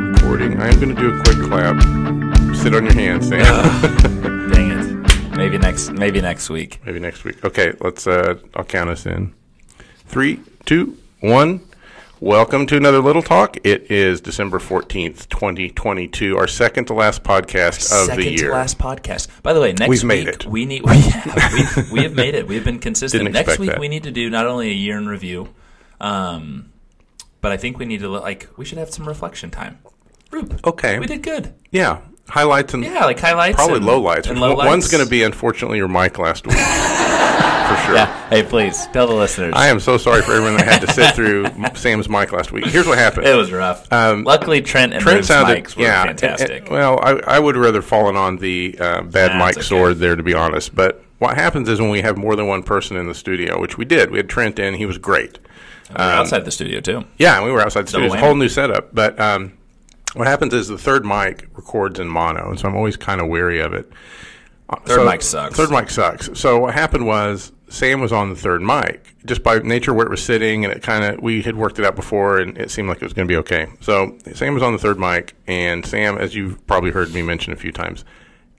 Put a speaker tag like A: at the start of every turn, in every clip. A: I am going to do a quick clap. Sit on your hands, Sam.
B: Dang it. Maybe next. Maybe next week.
A: Maybe next week. Okay, let's. Uh, I'll count us in. Three, two, one. Welcome to another Little Talk. It is December 14th, 2022, our second to last podcast of
B: Second
A: the year.
B: to last podcast. By the way, next
A: We've
B: week
A: made it.
B: we need. We have, we've, we have made it. We've been consistent.
A: Didn't
B: next
A: expect
B: week
A: that.
B: we need to do not only a year in review, um, but I think we need to like we should have some reflection time. Rube,
A: Okay.
B: we did good.
A: Yeah. Highlights and
B: Yeah, like highlights.
A: probably
B: and,
A: lowlights.
B: And low
A: One's going to be, unfortunately, your mic last week. for sure.
B: Yeah. Hey, please tell the listeners.
A: I am so sorry for everyone that had to sit through Sam's mic last week. Here's what happened.
B: it was rough.
A: Um,
B: Luckily, Trent and
A: Trent
B: Rube's
A: sounded
B: mics were
A: yeah, and- and-
B: fantastic.
A: well, I, I would rather fallen on the uh, bad
B: Nah,
A: mic
B: it's okay.
A: sword there, to be honest. But what happens is when we have more than one person in the studio, which we did, we had Trent in, he was great.
B: We
A: um,
B: were outside the studio too.
A: Yeah, and we were outside the studio. It's a
B: whammy.
A: whole new setup. But um, what happens is the third mic records in mono, and so I'm always kind of wary of it. Uh,
B: Third mic sucks.
A: Third mic sucks. So what happened was Sam was on the third mic just by nature where it was sitting, and it kind of we had worked it out before, and it seemed like it was going to be okay. So Sam was on the third mic, and Sam, as you've probably heard me mention a few times,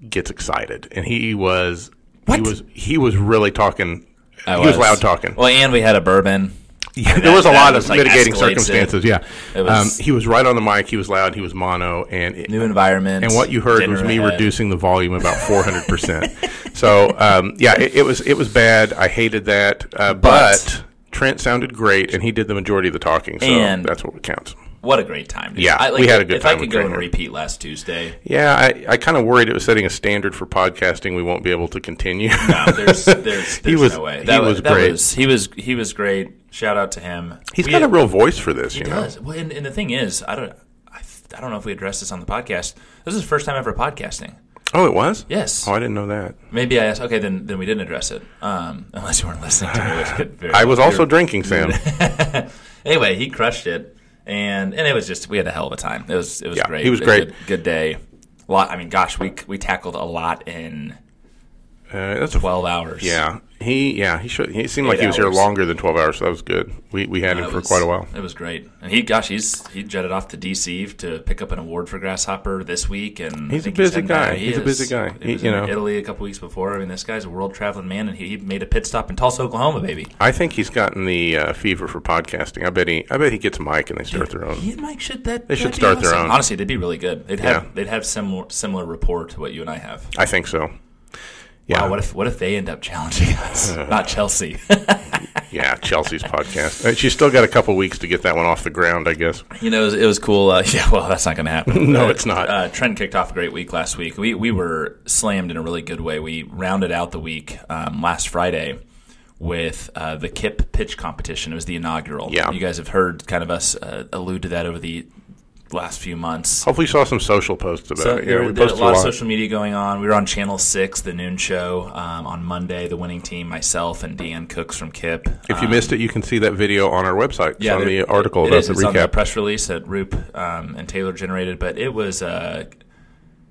A: gets excited, and he was
B: What?
A: he was he was really talking.
B: I
A: he was loud talking.
B: Well, and we had a bourbon.
A: Yeah, there
B: that-
A: was a
B: that
A: lot
B: just,
A: of
B: like,
A: mitigating
B: escalates it.
A: circumstances. Yeah,
B: It was-
A: um, he was right on the mic. He was loud. He was mono, and it,
B: new environment.
A: and what you heard
B: dinner
A: was me
B: ahead.
A: reducing the volume about four hundred percent. So um, yeah, it, it was it was bad. I hated that, uh, but,
B: But-
A: Trent sounded great, and he did the majority of the talking. So
B: And-
A: that's what counts.
B: What a great time! dude.
A: Yeah,
B: I, like,
A: we had a good
B: If
A: time
B: I
A: with
B: could go and
A: Greenwood.
B: repeat last Tuesday,
A: Yeah, I, I kind of worried it was setting a standard for podcasting. We won't be able to continue.
B: no, um, there's, there's, there's
A: was-
B: no way.
A: he
B: That
A: was great.
B: Was, he was he was great. Shout out to him.
A: He's
B: We-
A: got a real voice for this, you know.
B: Well, and, and the thing is, I don't, I, I don't know if we addressed this on the podcast. This is the first time ever podcasting.
A: Oh, it was.
B: Yes,
A: Oh, I didn't know that.
B: maybe I asked. Okay, then then we didn't address it. Um, unless you weren't listening to me, which could very
A: I was
B: well be.
A: also drinking, Sam. Uh,
B: anyway, he crushed it, and and it was just we had a hell of a time. It was it was
A: Yeah,
B: great.
A: he was
B: It
A: great.
B: Good, good day. A lot. I mean, gosh, we we tackled a lot in
A: Uh, that's a
B: twelve hours.
A: Yeah, he yeah he should. He seemed like
B: Eight
A: he was here
B: hours.
A: longer than twelve hours, so that was good. We we had him
B: It
A: for
B: was-
A: quite a while.
B: It was great, and he, gosh, he's he jetted off to DC to pick up an award for Grasshopper this week, and I
A: He's a
B: think
A: busy
B: heading
A: guy.
B: back.
A: He's a
B: is.
A: busy guy.
B: He
A: He-
B: was
A: you
B: in
A: know.
B: Italy a couple weeks before. I mean, this guy's a world traveling man, and he, he made a pit stop in Tulsa, Oklahoma, baby.
A: I think he's gotten the uh, fever for podcasting. I bet he I bet he gets a mic and they start their own.
B: He and Mike should that
A: They should
B: that'd be
A: start their
B: awesome.
A: own.
B: Honestly, they'd be really good. They'd have
A: Yeah.
B: they'd have similar similar rapport to what you and I have.
A: I think so. Yeah,
B: Wow, what if what if they end up challenging us? Not Chelsea.
A: yeah. Chelsea's podcast. Uh, She's still got a couple weeks to get that one off the ground, I guess.
B: you know, it was, it was cool. Uh, yeah, well, that's not going to happen.
A: No,
B: But,
A: it's not.
B: Uh, Trent kicked off a great week last week. We we were slammed in a really good way. We rounded out the week um, last Friday with uh, the Kip pitch competition. It was the inaugural.
A: Yeah.
B: you guys have heard kind of us uh, allude to that over the last few months.
A: Hopefully, you saw some social posts about
B: So
A: it.
B: there,
A: Yeah, we
B: were- there was
A: posted
B: a lot of social media going on. We were on Channel Six, the noon show um, on Monday. The winning team, myself and Dan Cooks from Kip.
A: If you missed it, you can see that video on our website. It's on
B: there-
A: the article
B: it
A: about
B: is.
A: the
B: It's on the
A: recap.
B: press release that Roop um, and Taylor generated, but it was a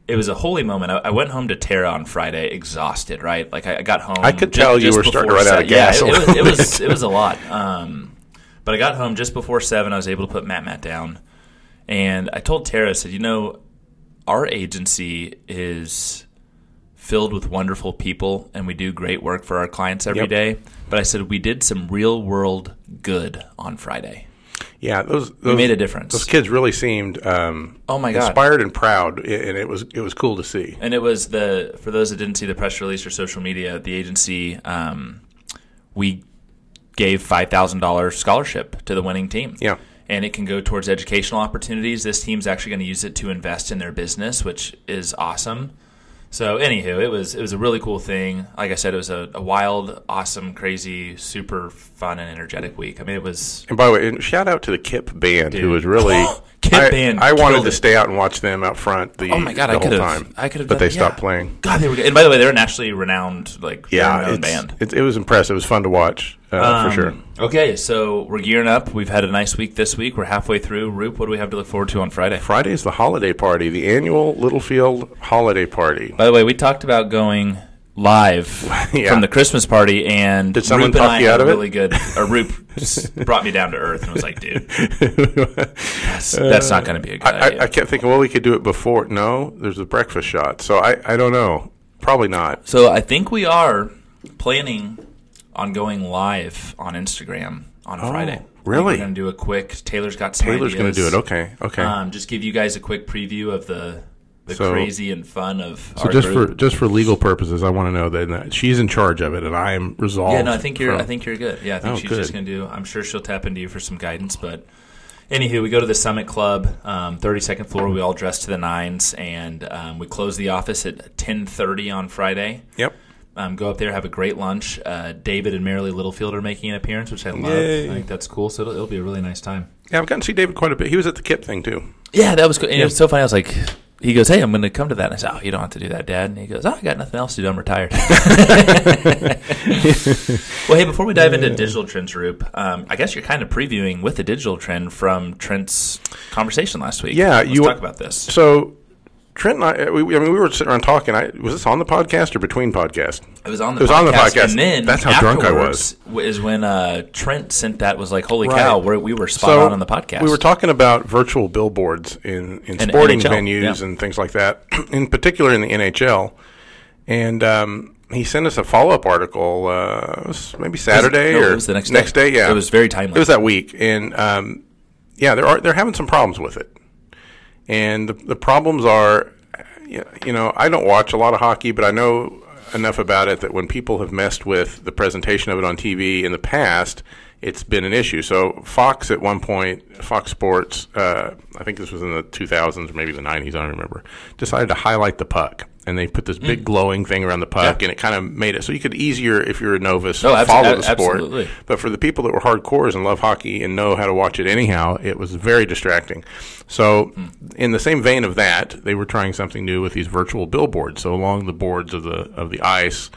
B: it was a holy moment. I, I went home to Tara on Friday, exhausted. Right, like I, I got home.
A: I could tell you were starting to
B: before
A: run out of
B: se- yeah,
A: gas a
B: it- it, was,
A: little
B: it was it was a lot. Um, but I got home just before seven. I was able to put Matt Matt down, and I told Tara, I said, you know, our agency is filled with wonderful people and we do great work for our clients every
A: Yep.
B: day. But I said we did some real world good on Friday.
A: yeah, those, those
B: We made a
A: Those
B: difference.
A: kids really seemed um,
B: Oh my god.
A: inspired and proud, i- and it was it was cool to see.
B: And it was the for those that didn't see the press release or social media, the agency um, we gave five thousand dollars scholarship to the winning team.
A: Yeah.
B: And it can go towards educational opportunities. This team's actually going to use it to invest in their business, which is awesome. So, anywho, it was it was a really cool thing. Like I said, it was a, a wild, awesome, crazy, super fun and energetic week. I mean, it was
A: And by the way, and shout out to the Kip Band, who was really
B: Kip
A: I,
B: Band
A: I wanted
B: killed
A: to
B: it.
A: stay out and watch them out front. The,
B: Oh my god,
A: the
B: I
A: whole
B: could have,
A: time.
B: I could have,
A: but they stopped playing.
B: God, they were. good. And by the way, they're nationally renowned, like
A: Yeah,
B: renowned
A: it's-
B: band. Um,
A: It, it was impressive. It was fun to watch uh, for sure.
B: Okay, so we're gearing up. We've had a nice week this week. We're halfway through. Roop, what do we have to look forward to on Friday?
A: Friday is the holiday party, the annual Littlefield holiday party.
B: By the way, we talked about going live
A: Yeah.
B: from the Christmas party, and
A: Did someone
B: Roop and
A: talk
B: I
A: you out
B: had
A: of
B: a
A: it?
B: really good. Or Roop just brought me down to earth and was like, "Dude, that's, that's not going to be a good
A: I,
B: idea."
A: I, I kept thinking, well, we could do it before. No, there's a breakfast shot. So I, I don't know. Probably not.
B: so I think we are planning on going live on Instagram on Friday. I think
A: Oh, really?
B: We're going to do a quick. Taylor's got some
A: Taylor's going to
B: ideas.
A: do it. Okay. Okay.
B: Um, just give you guys a quick preview of the the
A: So-
B: crazy and fun of
A: so just for just for legal purposes, I want to know that that she's in charge of it, and I am resolved.
B: Yeah, no, I think you're.
A: from-
B: I think you're good. Yeah, I think
A: Oh,
B: she's
A: good.
B: just gonna do. I'm sure she'll tap into you for some guidance. But anywho, we go to the Summit Club, um, 32nd floor. We all dress to the nines, and um, we close the office at 10:30 on Friday.
A: Yep.
B: Um, go up there, have a great lunch. Uh, David and Marilee Littlefield are making an appearance, which I love.
A: Yay.
B: I think that's cool. So it'll, it'll be a really nice time.
A: Yeah, I've gotten to see David quite a bit. He was at the Kip thing too.
B: Yeah, that was good. And It was so funny. I was like, he goes, "Hey, I'm going to come to that." And I said, "Oh, you don't have to do that, Dad." And he goes, "Oh, I got nothing else to do. I'm retired." well, hey, before we dive into digital trends, Roop, um, I guess you're kind of previewing with the digital trend from Trent's conversation last week.
A: Yeah,
B: Let's
A: you-
B: talk about this.
A: So Trent and I, uh, we, I mean, we were sitting around talking. I was this on the podcast or between podcast?
B: It was on the
A: It was
B: podcast,
A: on the podcast.
B: and then
A: That's how drunk I
B: afterwards w- Is when uh, Trent sent that was like, "Holy
A: Right.
B: cow!" We're, we were spot on on the podcast.
A: We were talking about virtual billboards in, in
B: And
A: sporting
B: NHL,
A: venues
B: yeah.
A: and things like that, in particular in the NHL. And um, he sent us a follow up article, uh, it was maybe Saturday
B: no,
A: or
B: it was the next day.
A: day. Yeah,
B: It was very timely.
A: It was that week, and um, yeah, there are they're having some problems with it. And the, the problems are, y- you know, I don't watch a lot of hockey, but I know enough about it that when people have messed with the presentation of it on TV in the past, it's been an issue. So Fox at one point, Fox Sports, uh, I think this was in the 2000s or maybe the 90s, I don't remember, decided to highlight the puck. And they put this
B: Mm.
A: big glowing thing around the puck, and it kind of made it so you could easier if you're a novice
B: No, Oh, abso-
A: follow
B: a-
A: the sport.
B: absolutely.
A: But for the people that were hardcores and love hockey and know how to watch it anyhow, it was very distracting. So,
B: Hmm.
A: in the same vein of that, they were trying something new with these virtual billboards. So along the boards of the of the ice,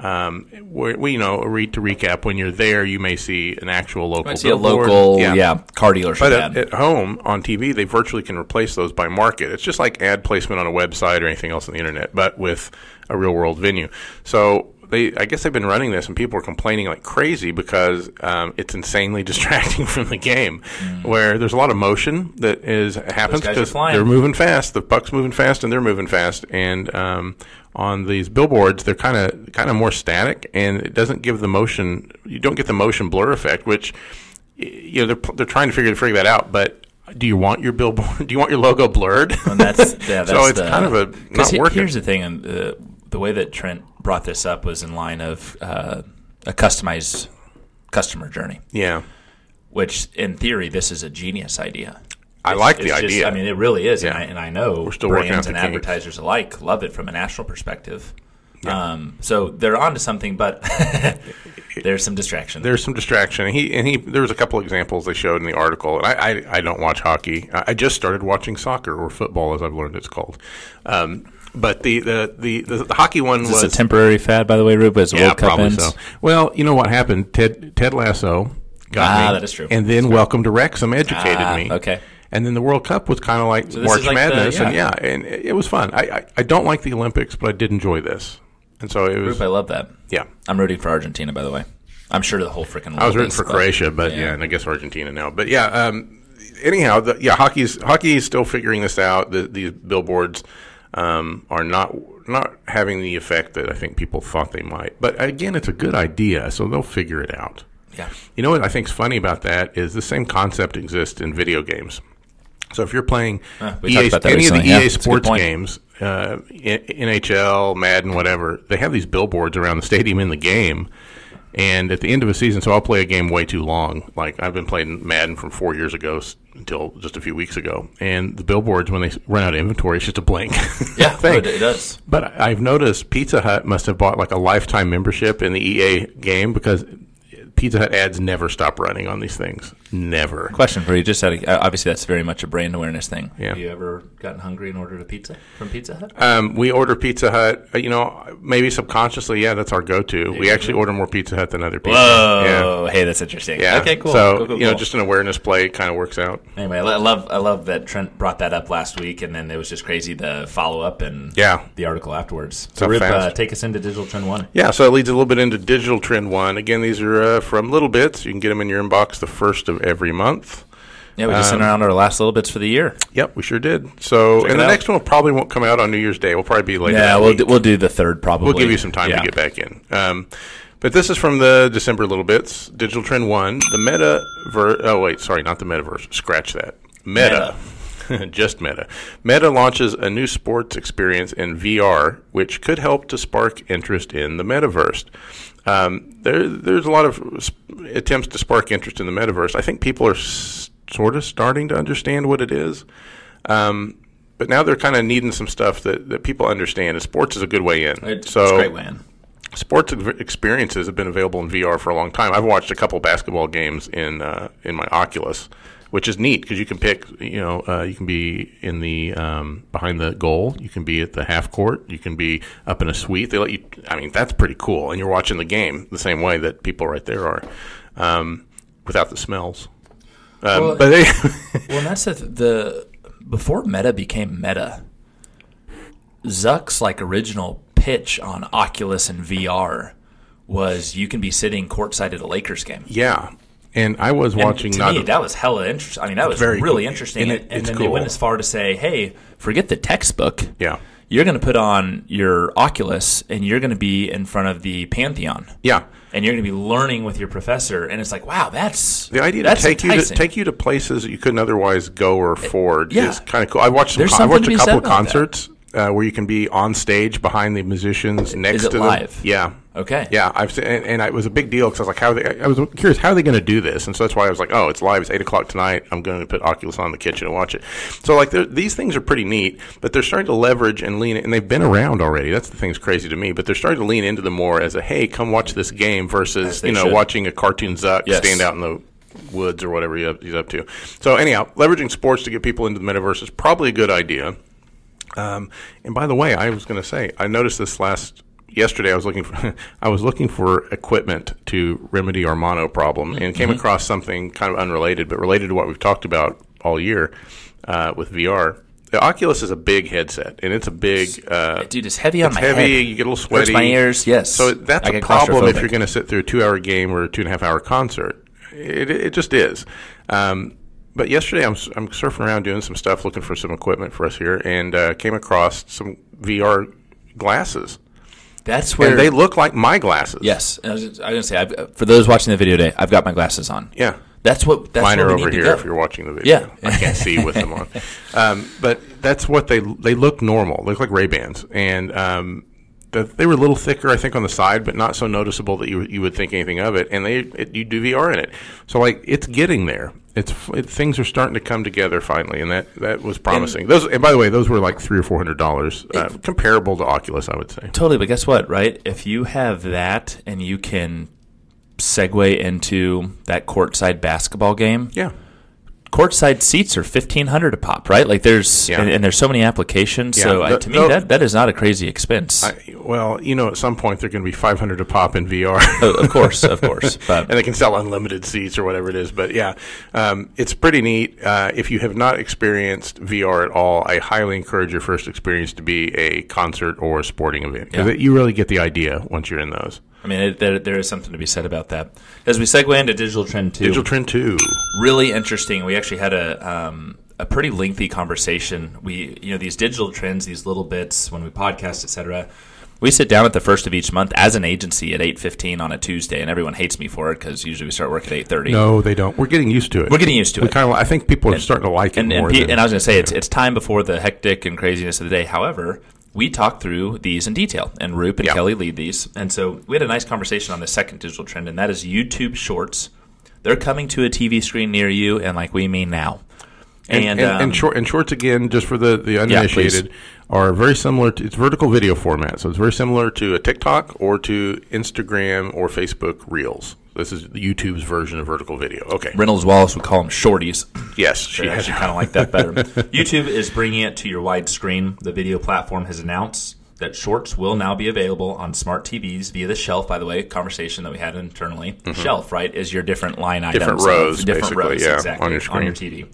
A: um, where we you know re- to recap, when you're there, you may see an actual local.
B: I see a
A: billboard.
B: local, yeah. car dealership.
A: But
B: ad.
A: at, at home on TV, they virtually can replace those by market. It's just like ad placement on a website or anything else on the internet, but with a real world venue. So they, I guess they've been running this, and people are complaining like crazy because um, it's insanely distracting from the game, where there's a lot of motion that is happens
B: Hmm. guys are
A: because
B: flying.
A: they're moving fast. The puck's moving fast, and they're moving fast. And um, on these billboards, they're kind of kind of more static, and it doesn't give the motion. You don't get the motion blur effect, which y- you know they're pl- they're trying to figure figure that out. But do you want your billboard? Do you want your logo blurred?
B: And that's yeah, that's
A: so it's
B: the-
A: kind of a
B: 'cause
A: not
B: he-
A: working.
B: Here's the thing, and uh, the way that Trent brought this up was in line of uh, a customized customer journey,
A: yeah,
B: which in theory this is a genius idea.
A: I like the
B: It's just-
A: idea.
B: I mean, it really is, and,
A: Yeah.
B: I, and I know
A: still working
B: brands
A: out
B: and
A: the kinks.
B: advertisers alike love it from a national perspective. Um, so they're onto something, but there's some distraction.
A: there's some distraction. And he and he there was a couple examples they showed in the article. And I I, I don't watch hockey. I, I just started watching soccer or football, as I've learned it's called. Um, but the the, the the the hockey one
B: Is
A: was
B: this a temporary fad, by the way, Rube? As the World Cup ends?
A: Well, you know what happened? Ted Ted Lasso got
B: Ah,
A: me,
B: that is true.
A: And then Welcome to Wrexham educated
B: Ah,
A: me.
B: okay.
A: And then the World Cup was kind of like
B: this
A: March
B: is like the-
A: Madness, and
B: yeah.
A: yeah, and it it was fun. I, I I don't like the Olympics, but I did enjoy this, and so it was
B: Rube, I love that.
A: yeah.
B: I'm rooting for Argentina, by the way. I'm sure the whole freaking world
A: I was rooting
B: is,
A: for
B: but-
A: Croatia, but yeah. and I guess Argentina now. But yeah, um, anyhow, the, yeah, hockey's hockey is still figuring this out. The, these billboards um, are not not having the effect that I think people thought they might. But again, it's a good idea, so they'll figure it out.
B: Yeah.
A: You know what I think's funny about that is the same concept exists in video games. So if you're playing
B: Ah, we talked
A: EA,
B: about that
A: any of
B: recently,
A: the
B: yeah.
A: EA
B: That's a good
A: sports
B: point.
A: games, uh, N- NHL, Madden, whatever, they have these billboards around the stadium in the game. And at the end of a season, so I'll play a game way too long. Like I've been playing Madden from four years ago s- until just a few weeks ago, and the billboards when they s- run out of inventory, it's just a blank.
B: Yeah,
A: thing.
B: it, it does.
A: But I- I've noticed Pizza Hut must have bought like a lifetime membership in the EA game E because Pizza Hut ads never stop running on these things. Never.
B: Question for you, just out of, uh, obviously that's very much a brand awareness thing.
A: Yeah.
B: Have you ever gotten hungry and ordered a pizza from Pizza Hut?
A: Um, we order Pizza Hut. uh, You know, maybe subconsciously, yeah, that's our go-to. We actually order more Pizza Hut than other people.
B: Whoa! Hey, that's interesting.
A: Yeah. yeah.
B: Okay, cool.
A: So
B: Cool, cool,
A: you know,
B: cool.
A: just an awareness play kind of works out.
B: anyway, I lo- I love I love that Trent brought that up last week, and then it was just crazy the follow up and
A: Yeah.
B: the article afterwards.
A: So
B: So, Rip, uh,
A: fast.
B: take us into Digital Trend One.
A: Yeah, so it leads a little bit into digital trend one. Again, these are uh, from Little Bits. You can get them in your inbox the first of every month.
B: Yeah, we just sent
A: Um,
B: around our last little bits for the year.
A: Yep, we sure did. So,
B: Check
A: and
B: it
A: the
B: out.
A: next one will probably won't come out on New Year's Day. We'll probably be later.
B: Yeah,
A: that
B: we'll
A: week.
B: do, we'll do the third probably.
A: We'll give you some time
B: Yeah.
A: to get back in. Um, but this is from the December Little Bits Digital Trend One. The metaverse. Oh wait, sorry, not the metaverse. Scratch that. Meta. Just Meta. Meta launches a new sports experience in VR, which could help to spark interest in the metaverse. Um, there, there's a lot of s- attempts to spark interest in the metaverse. I think people are s- sort of starting to understand what it is. Um, but now they're kind of needing some stuff that, that people understand, and sports is a good way in.
B: It's,
A: so
B: it's great, Lan.
A: sports ex- experiences have been available in VR for a long time. I've watched a couple basketball games in uh, in my Oculus, which is neat because you can pick. You know, uh, you can be in the um, behind the goal, you can be at the half court, you can be up in a suite. They let you. I mean, that's pretty cool, and you're watching the game the same way that people right there are, um, without the smells. Um,
B: Well-
A: but they,
B: Well, and that's the, the before Meta became Meta. Zuck's like original pitch on Oculus and VR was you can be sitting courtside at a Lakers game.
A: yeah. And I was
B: And
A: watching
B: to
A: not
B: me,
A: a-
B: that was hella interesting. I mean, that was
A: very
B: really
A: cool.
B: interesting.
A: And
B: And,
A: it-
B: and
A: it's
B: then they
A: cool.
B: went as far to say, "Hey, forget the textbook.
A: yeah.
B: You're going to put on your Oculus and you're going to be in front of the Pantheon."
A: Yeah.
B: And you're going to be learning with your professor, and it's like, wow, that's
A: The idea to
B: that's
A: take you to
B: enticing.
A: take you to places that you couldn't otherwise go or afford
B: yeah.
A: is kind of cool. I watched some
B: There's
A: con- I
B: something
A: watched
B: to
A: a
B: be
A: couple
B: said
A: of
B: about that.
A: concerts uh, where you can be on stage behind the musicians next
B: it
A: to them.
B: live?
A: Yeah.
B: Okay.
A: Yeah, I've seen, and, and it was a big deal because I was like, "How are they?" I was curious, "How are they going to do this?" And so that's why I was like, "Oh, it's live. It's eight o'clock tonight. I'm going to put Oculus on in the kitchen and watch it." So like, there- these things are pretty neat, but they're starting to leverage and lean, and they've been around already. That's the thing's crazy to me, but they're starting to lean into them more as a, "Hey, come watch this game," versus
B: they
A: you know
B: should.
A: watching a cartoon Zuck
B: Yes.
A: stand out in the woods or whatever he up- he's up to. So anyhow, leveraging sports to get people into the metaverse is probably a good idea. Um, and by the way, I was going to say, I noticed this last yesterday. I was looking for, I was looking for equipment to remedy our mono problem, and came
B: Mm-hmm.
A: across something kind of unrelated, but related to what we've talked about all year uh, with VR. The Oculus is a big headset, and it's a big, uh,
B: dude, it's heavy on my
A: heavy.
B: head.
A: You get a little
B: Hurts
A: sweaty.
B: my ears. Yes.
A: So that's
B: I
A: a
B: get
A: problem if
B: claustrophobic.
A: you're going to sit through a two-hour game or a two-and-a-half-hour concert. It, it just is. Um, but yesterday, I'm, s- I'm surfing around doing some stuff, looking for some equipment for us here, and uh, came across some VR glasses,
B: That's where
A: and they look like my glasses.
B: Yes, and I was, I was gonna say I've, for those watching the video today, I've got my glasses on.
A: Yeah.
B: that's what that's
A: Mine
B: where
A: are
B: we
A: over
B: need to
A: here
B: go.
A: if you're watching the video.
B: Yeah.
A: I can't see with them on. Um, but that's what they they look normal. They look like Ray Bans, and um, the, they were a little thicker, I think, on the side, but not so noticeable that you you would think anything of it. And they it, you do VR in it, so like it's getting there. It's it, things are starting to come together finally, and that, that was promising. those and by the way, those were like three or four hundred dollars, uh, comparable to Oculus, I would say.
B: Totally, but guess what? Right, if you have that and you can segue into that courtside basketball game,
A: Yeah,
B: courtside seats are fifteen hundred a pop, right? Like there's
A: Yeah.
B: and, and there's so many applications. so
A: Yeah,
B: I
A: the-
B: to me,
A: the-
B: that that is not a crazy expense.
A: I, well, you know, at some point they're going to be five hundred a pop in VR.
B: Oh, of course, of course, but
A: and they can sell unlimited seats or whatever it is. But yeah, um, it's pretty neat. Uh, if you have not experienced VR at all, I highly encourage your first experience to be a concert or a sporting event because
B: Yeah.
A: you really get the idea once you're in those.
B: I mean, it, there, there is something to be said about that. As we segue into digital trend two,
A: Digital Trend Two,
B: really interesting. We actually had a um, a pretty lengthy conversation. We you know these digital trends, these little bits when we podcast, etc. We sit down at the first of each month as an agency at eight fifteen on a Tuesday, and everyone hates me for it because usually we start work at eight thirty.
A: no, they don't. We're getting used to it.
B: We're getting used to
A: We
B: it.
A: kind of. I think people are starting to like it
B: and,
A: more.
B: and, P-
A: than-
B: and I was going to say it's it's time before the hectic and craziness of the day. However, we talk through these in detail, and Roop and
A: Yeah.
B: Kelly lead these, and so we had a nice conversation on the second digital trend, and that is YouTube Shorts. They're coming to a TV screen near you, and like we mean now. And,
A: and, and,
B: um,
A: short, and shorts again, just for the the
B: please.
A: uninitiated, are very similar. to It's vertical video format, so it's very similar to a TikTok or to Instagram or Facebook Reels. This is YouTube's version of vertical video. Okay.
B: Reynolds Wallace would call them shorties.
A: Yes, she
B: I
A: has.
B: actually kind of like that better. YouTube is bringing it to your widescreen. The video platform has announced that shorts will now be available on smart TVs via the shelf. By the way, conversation that we had internally. Shelf, right, is your different line
A: Mm-hmm. Different
B: items, of-
A: rows,
B: different
A: basically,
B: rows,
A: yeah,
B: exactly,
A: on your
B: on your TV.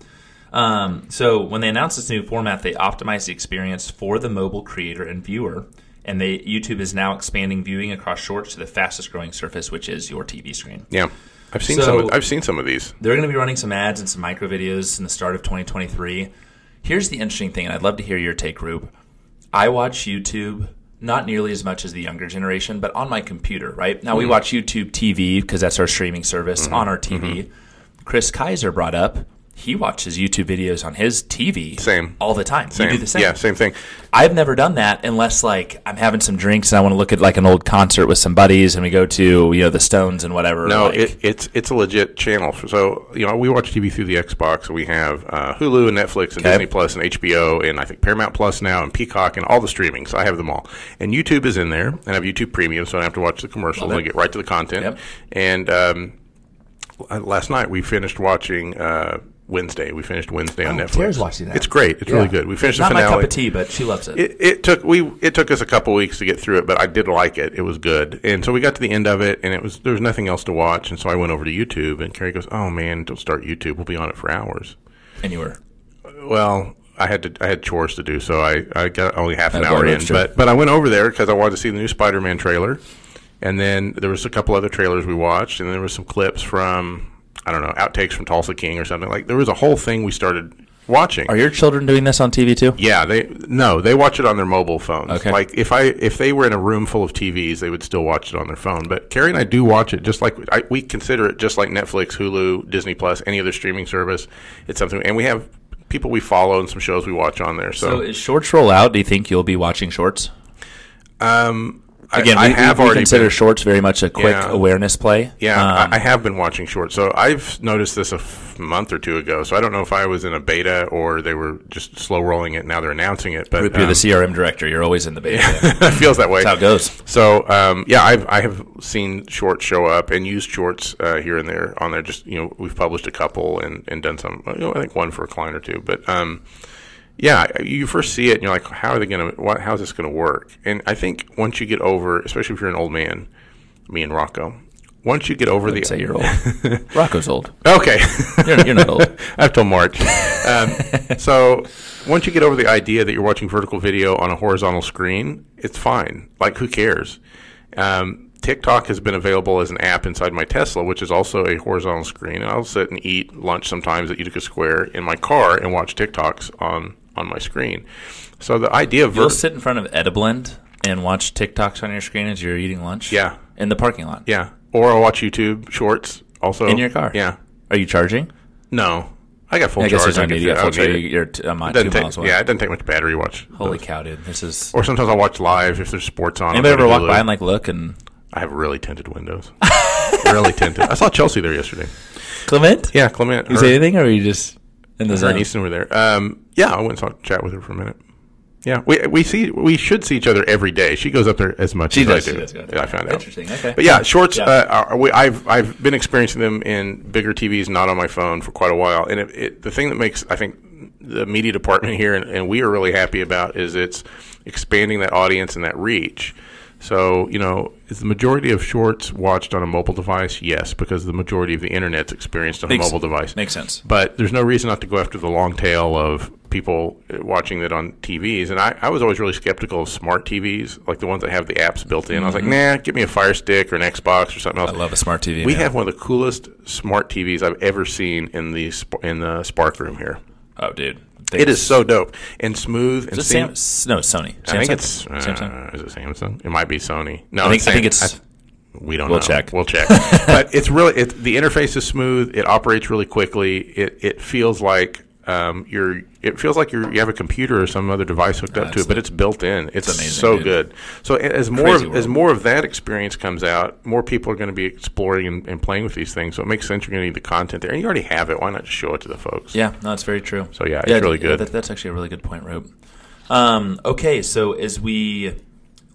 B: Um, so when they announced this new format, they optimized the experience for the mobile creator and viewer. And they, YouTube is now expanding viewing across shorts to the fastest growing surface, which is your TV screen.
A: Yeah. I've seen some.
B: So-
A: Of, I've seen some of these.
B: They're going to be running some ads and some micro videos in the start of 2023. Here's the interesting thing, and I'd love to hear your take, Rube. I watch YouTube not nearly as much as the younger generation, but on my computer, right? Now
A: Mm-hmm.
B: we watch YouTube TV because that's our streaming service on our TV.
A: Mm-hmm.
B: Chris Kaiser brought up he watches YouTube videos on his TV
A: Same.
B: all the time.
A: Same.
B: You do the same.
A: Yeah, same thing.
B: I've never done that unless like I'm having some drinks and I want to look at like an old concert with some buddies and we go to, you know, the Stones and whatever.
A: No,
B: like-
A: it, it's it's a legit channel. So you know, we watch TV through the Xbox. We have uh, Hulu and Netflix and
B: Okay.
A: Disney Plus and HBO and I think Paramount Plus now and Peacock and all the streamings. I have them all. And YouTube is in there, and I have YouTube Premium, so I don't have to watch the commercials.
B: Love
A: I
B: it.
A: get right to the content.
B: Yep.
A: And um, l- last night we finished watching. Uh, Wednesday, we finished Wednesday on Netflix.
B: Oh, Tara's watching that.
A: It's great. It's really
B: Yeah.
A: good. We finished
B: not
A: the finale.
B: my cup of tea, but she loves it.
A: It, it took we it took us a couple weeks to get through it, but I did like it. It was good, and so we got to the end of it, and it was there was nothing else to watch, and so I went over to YouTube, and Carrie goes, "Oh man, don't start YouTube. We'll be on it for hours."
B: and you were
A: Well, I had to I had chores to do, so I I got only half an
B: Oh,
A: hour
B: boy,
A: in,
B: that's true.
A: but but I went over there because I wanted to see the new Spider Man trailer, and then there was a couple other trailers we watched, and there was some clips from I don't know outtakes from Tulsa King or something like there was a whole thing we started watching.
B: Are your children doing this on TV too?
A: Yeah, they no, they watch it on their mobile phones.
B: Okay.
A: Like if I if they were in a room full of TVs, they would still watch it on their phone. But Carrie and I do watch it just like I, we consider it just like Netflix, Hulu, Disney Plus, any other streaming service. It's something, and we have people we follow and some shows we watch on there.
B: So
A: So,
B: is shorts roll out? Do you think you'll be watching shorts? Again,
A: I,
B: we,
A: I have
B: we
A: already
B: consider
A: been-
B: shorts very much a quick
A: Yeah.
B: awareness play.
A: Yeah,
B: Um,
A: I, I have been watching shorts. So I've noticed this a f- month or two ago. So I don't know if I was in a beta or they were just slow rolling it. Now they're announcing it, but
B: you're
A: um,
B: the CRM director. You're always in the beta.
A: it feels that way.
B: That's how it goes.
A: So um, yeah, I've I have seen shorts show up and used shorts uh, here and there on there. Just you know, we've published a couple and, and done some. You know, I think one for a client or two, but um, yeah, you first see it and you're like, how are they gonna? What, how's this gonna work? And I think once you get over, especially if you're an old man, me and Rocco, once you get over the
B: Say you're old. Rocco's old.
A: okay.
B: You're, you're not old.
A: up till March. Um, so once you get over the idea that you're watching vertical video on a horizontal screen, it's fine. Like who cares? Um, TikTok has been available as an app inside my Tesla, which is also a horizontal screen. And I'll sit and eat lunch sometimes at Utica Square in my car and watch TikToks on on my screen. So the idea of
B: You'll
A: vertical,
B: sit in front of Ediblend and watch TikToks on your screen as you're eating lunch.
A: yeah,
B: In the parking lot.
A: yeah, or I'll watch YouTube Shorts also
B: In your car.
A: Yeah,
B: Are you charging?
A: no, I got full
B: I
A: charge.
B: guess there's no
A: can
B: need.
A: do it.
B: You
A: I
B: got full
A: don't need
B: charge.
A: it.
B: You're t- I'm not two
A: Doesn't
B: miles
A: take,
B: away.
A: yeah, it doesn't take much battery. Watch
B: Holy cow, dude! This is.
A: Or sometimes I'll watch live if there's sports on. I'll
B: Anybody
A: go
B: ever
A: to
B: walk
A: Hulu.
B: by and like look and
A: I have really tinted windows. really tinted. I saw Chelsea there yesterday.
B: Clement?
A: Yeah, Clement.
B: You
A: her,
B: say anything, or are you just in the
A: her and
B: zone?
A: Easton were there. Um, yeah, I went and saw, chat with her for a minute. Yeah, we we see we should see each other every day. She goes up there as much as I do. Yeah, I found out.
B: Interesting. Okay.
A: But yeah, shorts.
B: Yeah.
A: Uh, are, we, I've I've been experiencing them in bigger TVs, not on my phone, for quite a while. And it, it, the thing that makes I think the media department here and, and we are really happy about is it's expanding that audience and that reach. So you know, is the majority of shorts watched on a mobile device? Yes, because the majority of the internet's experienced on
B: Makes-
A: a mobile device.
B: Makes sense.
A: But there's no reason not to go after the long tail of people uh, watching it on TVs. And I, I was always really skeptical of smart TVs, like the ones that have the apps built in. I was like, nah, give me a Fire Stick or an Xbox or something else.
B: Mm-hmm. I love a smart TV.
A: we
B: man.
A: have one of the coolest smart TVs I've ever seen in the sp- in the Spark room here.
B: Oh, dude.
A: It is so dope and smooth and
B: Is it
A: seam-
B: Sam, s- no, Sony. Samsung?
A: I think it's uh,
B: Samsung.
A: is it Samsung? It might be Sony. No,
B: I think, I think
A: Sam-
B: it's.
A: we don't
B: We'll
A: know.
B: check.
A: We'll check. but it's really it, the interface is smooth. It operates really quickly. It it feels like um, you're it feels like you're, you have a computer or some other device hooked up to it, but it's built in. It's,
B: amazing,
A: so
B: dude.
A: good. So a- as more
B: Crazy
A: of,
B: world.
A: as more of that experience comes out, more people are going to be exploring and, and playing with these things. So it makes sense you're going to need the content there, and you already have it. Why not just show it to the folks?
B: yeah, no, it's very true.
A: So, yeah, it's really good.
B: that- that's actually a really good point, Rope. Um, okay, so as we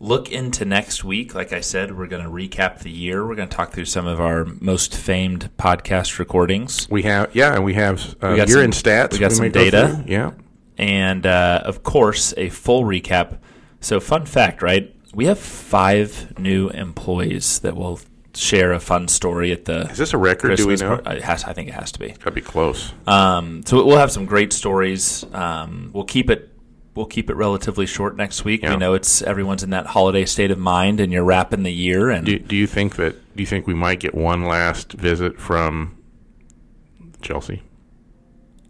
B: Look into next week. Like I said, we're going to recap the year. We're going to talk through some of our most famed podcast recordings.
A: We have, yeah, and we have uh,
B: We got
A: year in
B: some-
A: stats.
B: we got some
A: may go
B: data.
A: through. Yeah.
B: and uh, of course a full recap. So, fun fact, right? We have five new employees that will share a fun story at the
A: Is this a record?
B: Christmas.
A: Do we know?
B: par- uh, it has, I think it has to be.
A: Gotta be close.
B: Um, so we'll have some great stories. Um, we'll keep it. We'll keep it relatively short next week.
A: Yeah.
B: We know it's everyone's in that holiday state of mind, and you're wrapping the year. And
A: Do, do you think that? Do you think we might get one last visit from Chelsea?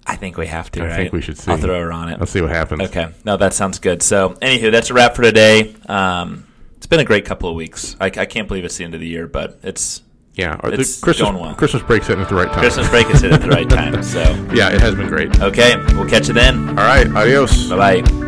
B: I think we have to.
A: I
B: right?
A: think we should see.
B: I'll throw her on it.
A: Let's see what happens.
B: Okay. No, that sounds good. So, anywho, that's a wrap for today. Um, it's been a great couple of weeks. I, I can't believe it's the end of the year, but it's
A: Yeah, or the
B: It's
A: Christmas
B: going well.
A: Christmas break's hitting at the right time.
B: Christmas break is hit at the right time. So,
A: Yeah, it has been great.
B: okay, we'll catch you then.
A: All right, adios.
B: Bye bye.